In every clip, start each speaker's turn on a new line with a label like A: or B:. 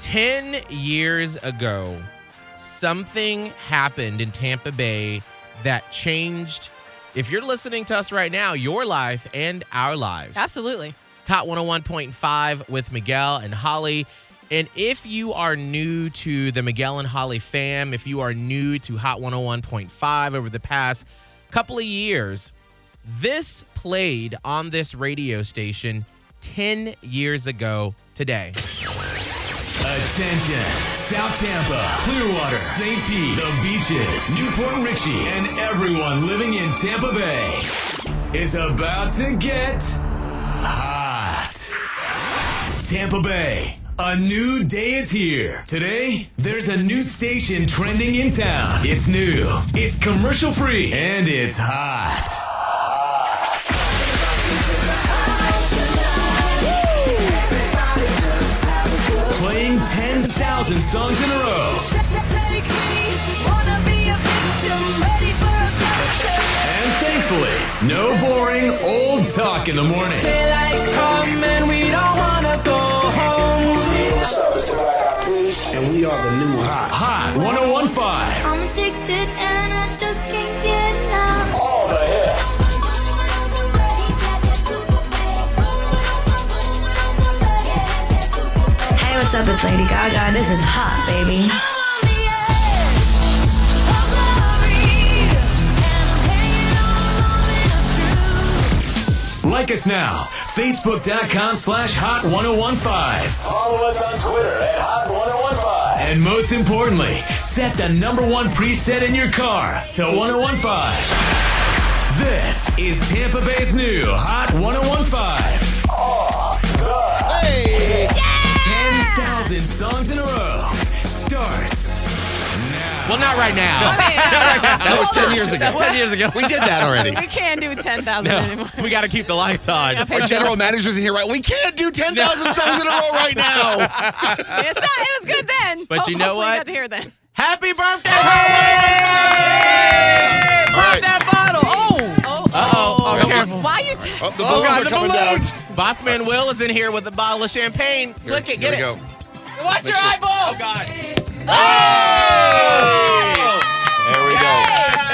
A: 10 years ago, something happened in Tampa Bay that changed, if you're listening to us right now, your life and our lives.
B: Absolutely.
A: Top 101.5 with Miguel and Holly. And if you are new to the Miguel and Holly fam, if you are new to Hot 101.5 over the past couple of years, this played on this radio station 10 years ago today.
C: Attention, South Tampa, Clearwater, St. Pete, the beaches, Newport Richie, and everyone living in Tampa Bay is about to get hot. Tampa Bay. A new day is here. Today, there's a new station trending in town. It's new, it's commercial free, and it's hot. Playing 10,000 songs in a row. And thankfully, no boring old talk in the morning.
D: What's up? It's the Black Eyed Peas, and we are the new hot.
C: Hot 1015.
E: I'm addicted and I just can't get enough.
D: All the hits.
F: Hey, what's up? It's Lady Gaga. This is hot, baby.
C: Like us now. Facebook.com slash hot 1015.
D: Follow us on Twitter at Hot 1015.
C: And most importantly, set the number one preset in your car to 1015. This is Tampa Bay's new Hot 1015.
D: Hey!
C: 10,000 songs in a row starts now.
A: Well, not right now.
G: That was 10 years ago.
A: 10 years ago.
G: We did that already.
B: We can't do 10,000 anymore.
A: we got to keep the lights on.
B: Okay.
G: Our general manager's in here, right? We can't do 10,000 songs in a row right now.
B: It's not, it was good then. Oh,
A: But you know
B: hopefully
A: what?
B: Got to hear then.
A: Happy birthday, Holly!
G: All right.
B: bottle. Oh. Oh.
A: Uh-oh. Oh, careful.
B: Why you? T-
G: Oh, the balloons
A: God,
G: are
A: the
G: coming
A: balloons.
G: down.
A: Boss man Will is in here with a bottle of champagne.
G: Here,
A: Click it,
G: here
A: get
G: we go.
A: it.
B: Watch your eyeballs.
A: Oh, God.
G: There we go.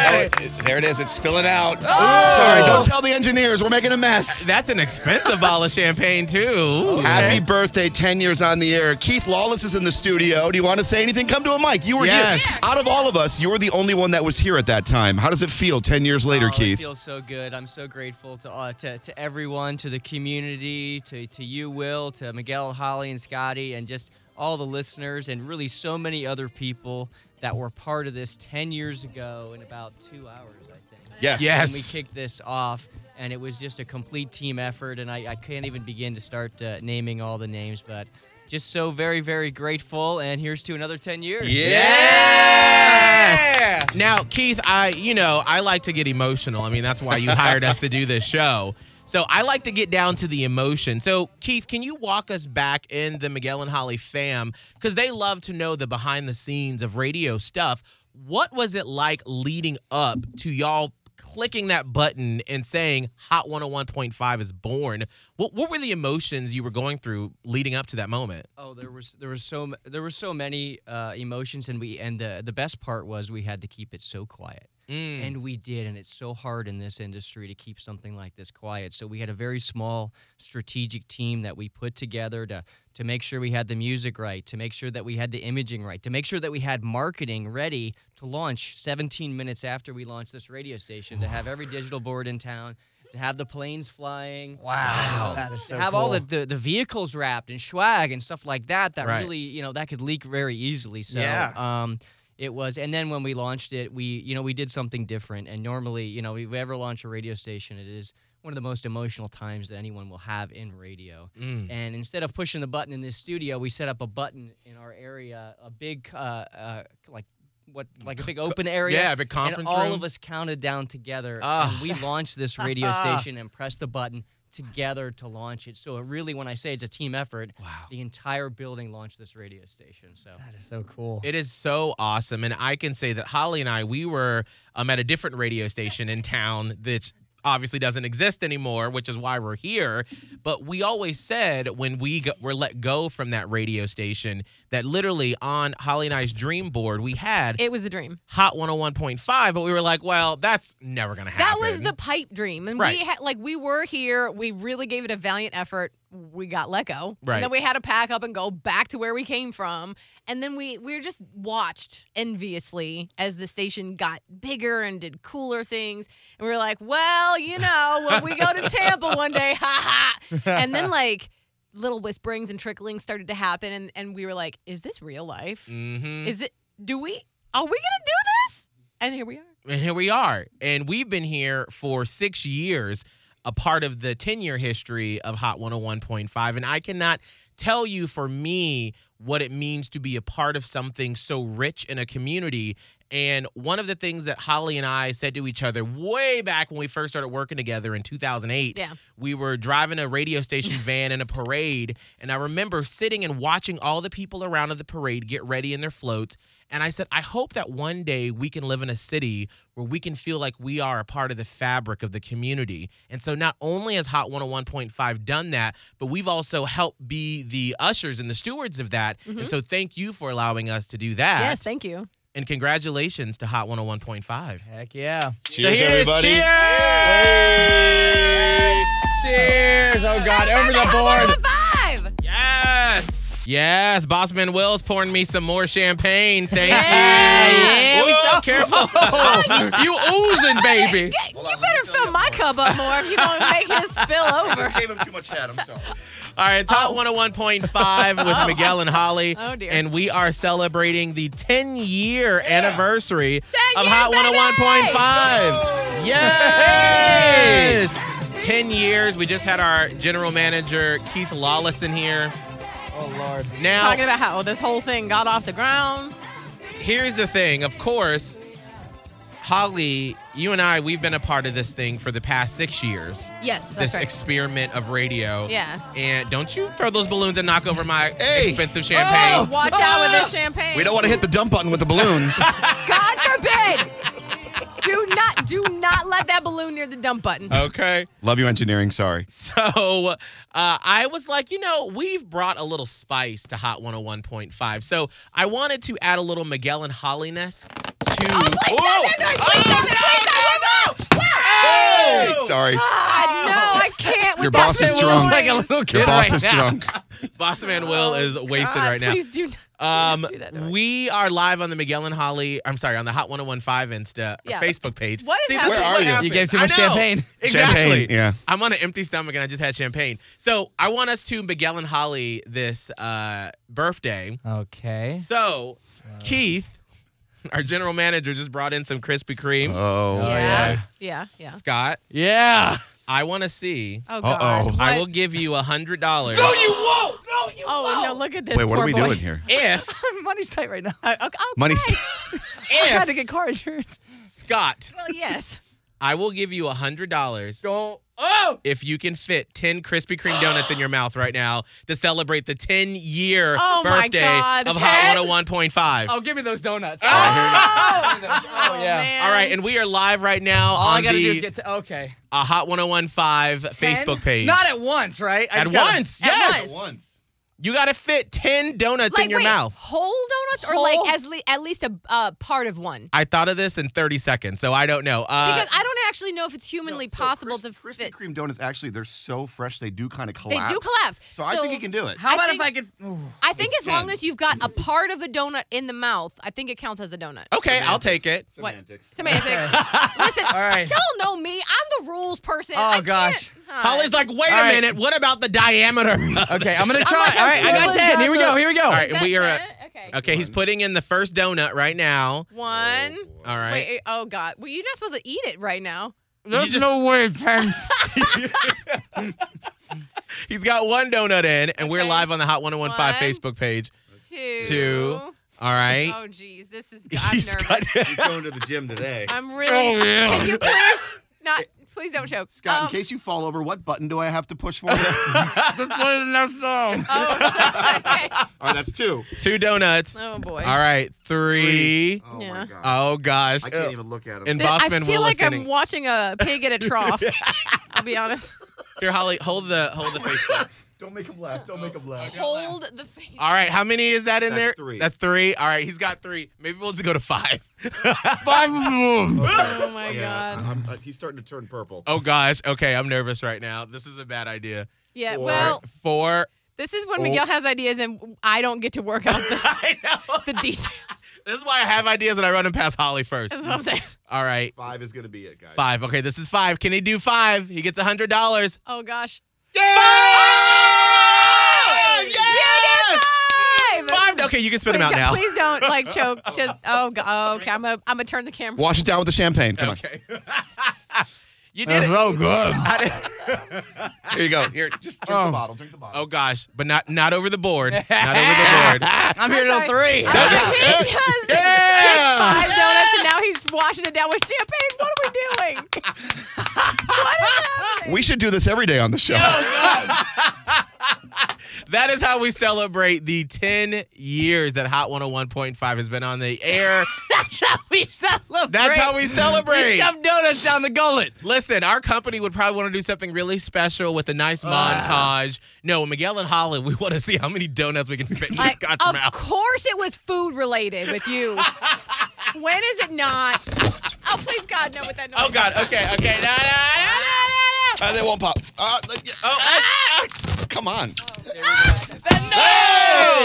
G: Oh, it- it- there it is. It's spilling out.
A: Oh.
G: Sorry, don't tell the engineers. We're making a mess.
A: That's an expensive bottle of champagne, too. Ooh.
G: Happy birthday, 10 years on the air. Keith Lawless is in the studio. Do you want to say anything? Come to a mic. You were
A: Yes.
G: here. Out of all of us, you were the only one that was here at that time. How does it feel 10 years later,
H: Oh,
G: Keith?
H: It feels so good. I'm so grateful to, uh, to to everyone, to the community, to to you, Will, to Miguel, Holly, and Scotty, and just all the listeners, and really so many other people that were part of this 10 years ago in about two hours, I think.
G: yes.
A: Yes.
H: When we kicked this off, and it was just a complete team effort, and I, I can't even begin to start uh, naming all the names, but just so very, very grateful, and here's to another 10 years.
A: Yes. Now, Keith, I you know I like to get emotional. I mean, that's why you hired us to do this show. So I like to get down to the emotion. So Keith, can you walk us back in the Miguel and Holly fam because they love to know the behind the scenes of radio stuff. What was it like leading up to y'all clicking that button and saying Hot 101.5 is born? What what were the emotions you were going through leading up to that moment?
H: Oh, there was there was so m- there were so many uh, emotions, and we and the the best part was we had to keep it so quiet,
A: Mm.
H: and we did, and it's so hard in this industry to keep something like this quiet. So we had a very small strategic team that we put together to to make sure we had the music right, to make sure that we had the imaging right, to make sure that we had marketing ready to launch 17 minutes after we launched this radio station, to have every digital board in town, to have the planes flying.
A: Wow.
H: Uh, to have all the, the, the vehicles wrapped and swag and stuff like that that
A: Right.
H: really you know that could leak very easily so
A: Yeah.
H: um it was and then when we launched it we you know we did something different and normally you know if we ever launch a radio station it is one of the most emotional times that anyone will have in radio
A: Mm.
H: and instead of pushing the button in this studio we set up a button in our area a big uh, uh like what like a big open area
A: Mm, Yeah, a big conference
H: and all
A: room.
H: of us counted down together
A: Ah.
H: and we launched this radio station and pressed the button together to launch it so it really when i say it's a team effort
A: Wow.
H: the entire building launched this radio station so that is so cool
A: It is so awesome. And I can say that Holly and I, we were um, at a different radio station in town that obviously doesn't exist anymore, which is why we're here. But we always said when we got, were let go from that radio station that literally on Holly and I's dream board, we had
B: It was a dream.
A: Hot 101.5, but we were like, well, that's never going to
B: That
A: happen.
B: was the pipe dream, and
A: Right.
B: we had like we were here. We really gave it a valiant effort. We got let go,
A: Right.
B: and then we had to pack up and go back to where we came from. And then we we were just watched enviously as the station got bigger and did cooler things. And we were like, well, you know, when we go to Tampa one day, ha ha. And then like little whisperings and tricklings started to happen, and and we were like, is this real life?
A: Mm-hmm.
B: Is it? Do we? Are we gonna do this? And here we are.
A: and here we are. And we've been here for six years, a part of the 10 year history of Hot 101.5. And I cannot tell you for me what it means to be a part of something so rich in a community. And one of the things that Holly and I said to each other way back when we first started working together in 2008
B: Yeah.
A: we were driving a radio station van in a parade and i remember sitting and watching all the people around of the parade get ready in their floats and i said i hope that one day we can live in a city where we can feel like we are a part of the fabric of the community and so not only has hot 101.5 done that but we've also helped be the ushers and the stewards of that and so thank you for allowing us to do that
B: Mm-hmm. Yes, thank you.
A: and congratulations to hot 101.5
H: Heck yeah.
G: Cheers,
A: Cheers,
G: everybody.
A: cheers!
G: Hey!
H: Cheers. Oh, God. Over the board.
B: Five.
A: Yes. Yes. Bossman Will's pouring me some more champaign. Thank
B: Yeah,
A: you.
B: yeah, we
A: Whoa,
B: saw-
A: careful.
H: you oozing, baby.
B: You better fill my cup up more if you're going to make his spill
G: I
B: over.
G: just gave him too much head. I'm sorry.
A: All right, top 101.5 with Miguel and Holly.
B: Oh, dear.
A: And we are celebrating the 10 year anniversary of
B: years,
A: Hot 101.5.
B: baby!
A: Yes. 10 years. We just had our general manager, Keith Lawless, in here.
H: Oh, Lord.
A: Now,
B: Talking about how this whole thing got off the ground.
A: here's the thing of course holly you and i we've been a part of this thing for the past six years
B: Yes,
A: this
B: that's right.
A: experiment of radio
B: Yeah.
A: and don't you throw those balloons and knock over my
G: Hey.
A: expensive
B: Oh,
A: champagne
B: watch out with this champagne.
G: We don't want to hit the dump button with the balloons.
B: God forbid. do not, do not let that balloon near the dump button.
A: Oh. okay
G: Love you, engineering. Sorry.
A: So uh, I was like, you know, we've brought a little spice to Hot 101.5. So I wanted to add a little Miguel and Holliness to. Oh,
B: please, no, no, no, please, no, no, please,
A: no, no, no.
G: Hey! Sorry.
B: God, no, I can't. With
G: Your
B: that
G: boss is
B: balloon.
G: drunk.
H: Like a little kid
G: Your boss
H: right
G: is
H: now.
G: drunk.
A: Boss Man Will is wasted
B: Oh, God,
A: right now.
B: Please do not.
A: Um,
B: do that, Nora.
A: we are live on the Miguel and Holly. I'm sorry, on the Hot 101.5 Insta or
B: Yeah.
A: Facebook page.
B: What is
A: See,
B: happening?
A: This
G: Where
A: what
G: are you? You
A: happens.
H: gave too much
A: I know.
H: champagne.
A: Exactly.
G: Champagne, yeah.
A: I'm on an empty stomach and I just had champagne. So I want us to Miguel and Holly this uh, birthday.
H: Okay.
A: So Keith, our general manager, just brought in some Krispy Kreme.
G: Oh.
B: Yeah. Yeah. Yeah.
A: Scott,
H: Yeah.
A: I want to see.
B: Oh, God.
G: Uh-oh.
B: What?
A: I will give you a hundred dollars
B: Oh, no, look at this.
G: Wait, what
B: poor
G: are we
B: boy.
G: doing here?
A: if
H: Money's tight right now.
B: Uh, okay, okay.
G: Money.
H: Had
A: if
H: to get car insurance.
A: Scott,
B: Well, yes.
A: I will give you a hundred dollars
H: Don't. Oh.
A: if you can fit 10 Krispy Kreme donuts in your mouth right now to celebrate the 10 year
B: Oh my
A: birthday
B: God,
A: of
B: 10?
A: Hot 101.5.
H: Oh, give me those donuts.
G: Ah!
H: Give me those.
B: Oh,
H: Oh, yeah.
B: Man.
A: All right, and we are live right now
H: All
A: on
H: I gotta
A: the
H: do is get to okay.
A: uh, Hot 101.5 Facebook page.
H: Not at once, right? I
A: at
H: just gotta-
A: once,
B: At
A: yes.
B: once.
A: You got to fit 10 donuts
B: like,
A: in your
B: wait,
A: mouth.
B: Whole donuts or
A: Whole-
B: like as le- at least a uh, part of one?
A: I thought of this in 30 seconds, so I don't know. Uh,
B: Because I don't actually know if it's humanly possible to
G: Krispy
B: fit.
G: Kreme donuts actually they're so fresh they do kind of
B: They
G: collapse.
B: do collapse.
G: So, I think you can do it.
H: How
B: I
H: about
B: think-
H: if I could? Ooh.
B: I think
G: It's
B: as long
G: 10.
B: as you've got a part of a donut in the mouth, I think it counts as a donut.
H: Oh.
A: okay, I'll take it.
B: What? Semantics. Listen,
H: All right.
B: y'all know me. I'm the rules person. I
H: Oh
B: can't-
H: gosh.
B: All right.
A: Holly's like, wait
H: All
A: a
H: right.
A: minute, what about the diameter?
H: Okay, I'm gonna try. All right, I got
B: feeling
H: ten. Here we go. Here we go.
A: All right,
B: Oh, Is that
A: we
G: uh,
A: are. uh,
B: it? Okay.
A: Okay, he's putting in the first donut right now.
B: One.
A: All right.
B: Wait. Oh God. Well, you're not supposed to eat it right now.
A: There's just-
H: no way, ten.
A: He's got one donut in, and we're
B: Okay.
A: live on the Hot 101.5
B: One.
A: Facebook page.
B: Two.
A: Two. All right.
B: Oh geez, this is. I'm nervous.
A: got-
G: He's going to the gym today.
B: I'm really. Can you please not Please don't choke.
I: Scott,
B: Um,
I: in case you fall over, what button do I have to push for? Just play the next song. All
B: oh, okay.
I: right, that's two.
A: Two donuts.
B: Oh, boy.
A: All right, three.
I: Oh
B: Yeah.
I: my god.
A: Oh gosh. Oh,
I: I can't even look at him.
A: And
B: Th- I
A: Bossman
B: feel
A: Willis
B: like I'm
A: inning.
B: watching a pig at a trough. I'll be honest.
A: Here, Holly, hold the hold the Facebook.
I: Don't make him laugh. Don't make him laugh.
B: Hold the face.
A: All right, how many is that in
I: That's
A: there?
I: three.
A: That's three. All right, he's got three. Maybe we'll just go to five.
B: Oh my
I: Yeah,
A: Uh-huh.
B: god.
I: I'm- uh, he's starting to turn purple.
A: oh gosh. Okay, I'm nervous right now. This is a bad idea.
B: Yeah.
I: Four.
A: All
B: Well,
A: right, Oh. four.
B: this is when Miguel has ideas and I don't get to work out the,
A: I know.
B: the details.
A: This is why I have ideas and I run them past Holly first.
B: That's what I'm saying.
A: All right,
I: Five is gonna be it, guys.
A: five. Okay, this is five. Can he do five? He gets a hundred dollars.
B: Oh gosh.
A: Five! Oh, Yes!
B: Five.
A: Five. Okay, you can spit
B: Please,
A: them out
B: don't-
A: now.
B: please don't like choke. Just oh, go- oh okay. I'm gonna I'm gonna turn the camera.
G: Wash it down with the champagne. Come
A: Okay. you did it.
I: so good.
A: How did-
G: on. Here you go. Here, just
I: Drink the bottle. Drink the bottle.
A: Oh gosh, but not not over the board. Not over the board.
H: I'm here till three.
B: I don't think he does five donuts and now he's washing it down with champagne. What are we doing? what is happening?
G: we should do this every day on the show.
A: That is how we celebrate the 10 years that Hot 101.5 has been on the air.
H: That's how we celebrate.
A: That's how we celebrate.
H: donuts down the gullet.
A: Listen, our company would probably want to do something really special with a nice montage. No, Miguel and Holly, we want to see how many donuts we can fit in
B: Like,
A: Scott's
B: of
A: mouth.
B: course it was food related with you. when is it not? Oh please God, no with that noise.
A: Oh God. Okay. Okay. No, Oh. no,
G: Uh, they won't pop. Uh, like, yeah.
A: Oh,
G: Come on.
A: no, no, no.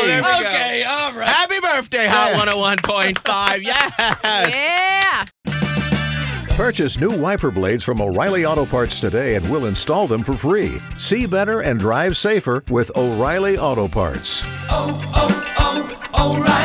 A: There we go.
H: Okay, all right.
A: Happy birthday,
G: Yeah.
A: Hot 101.5. Yes.
B: Yeah.
J: Purchase new wiper blades from O'Reilly Auto Parts today and we'll install them for free. See better and drive safer with O'Reilly Auto Parts.
D: Oh, oh, oh, O'Reilly.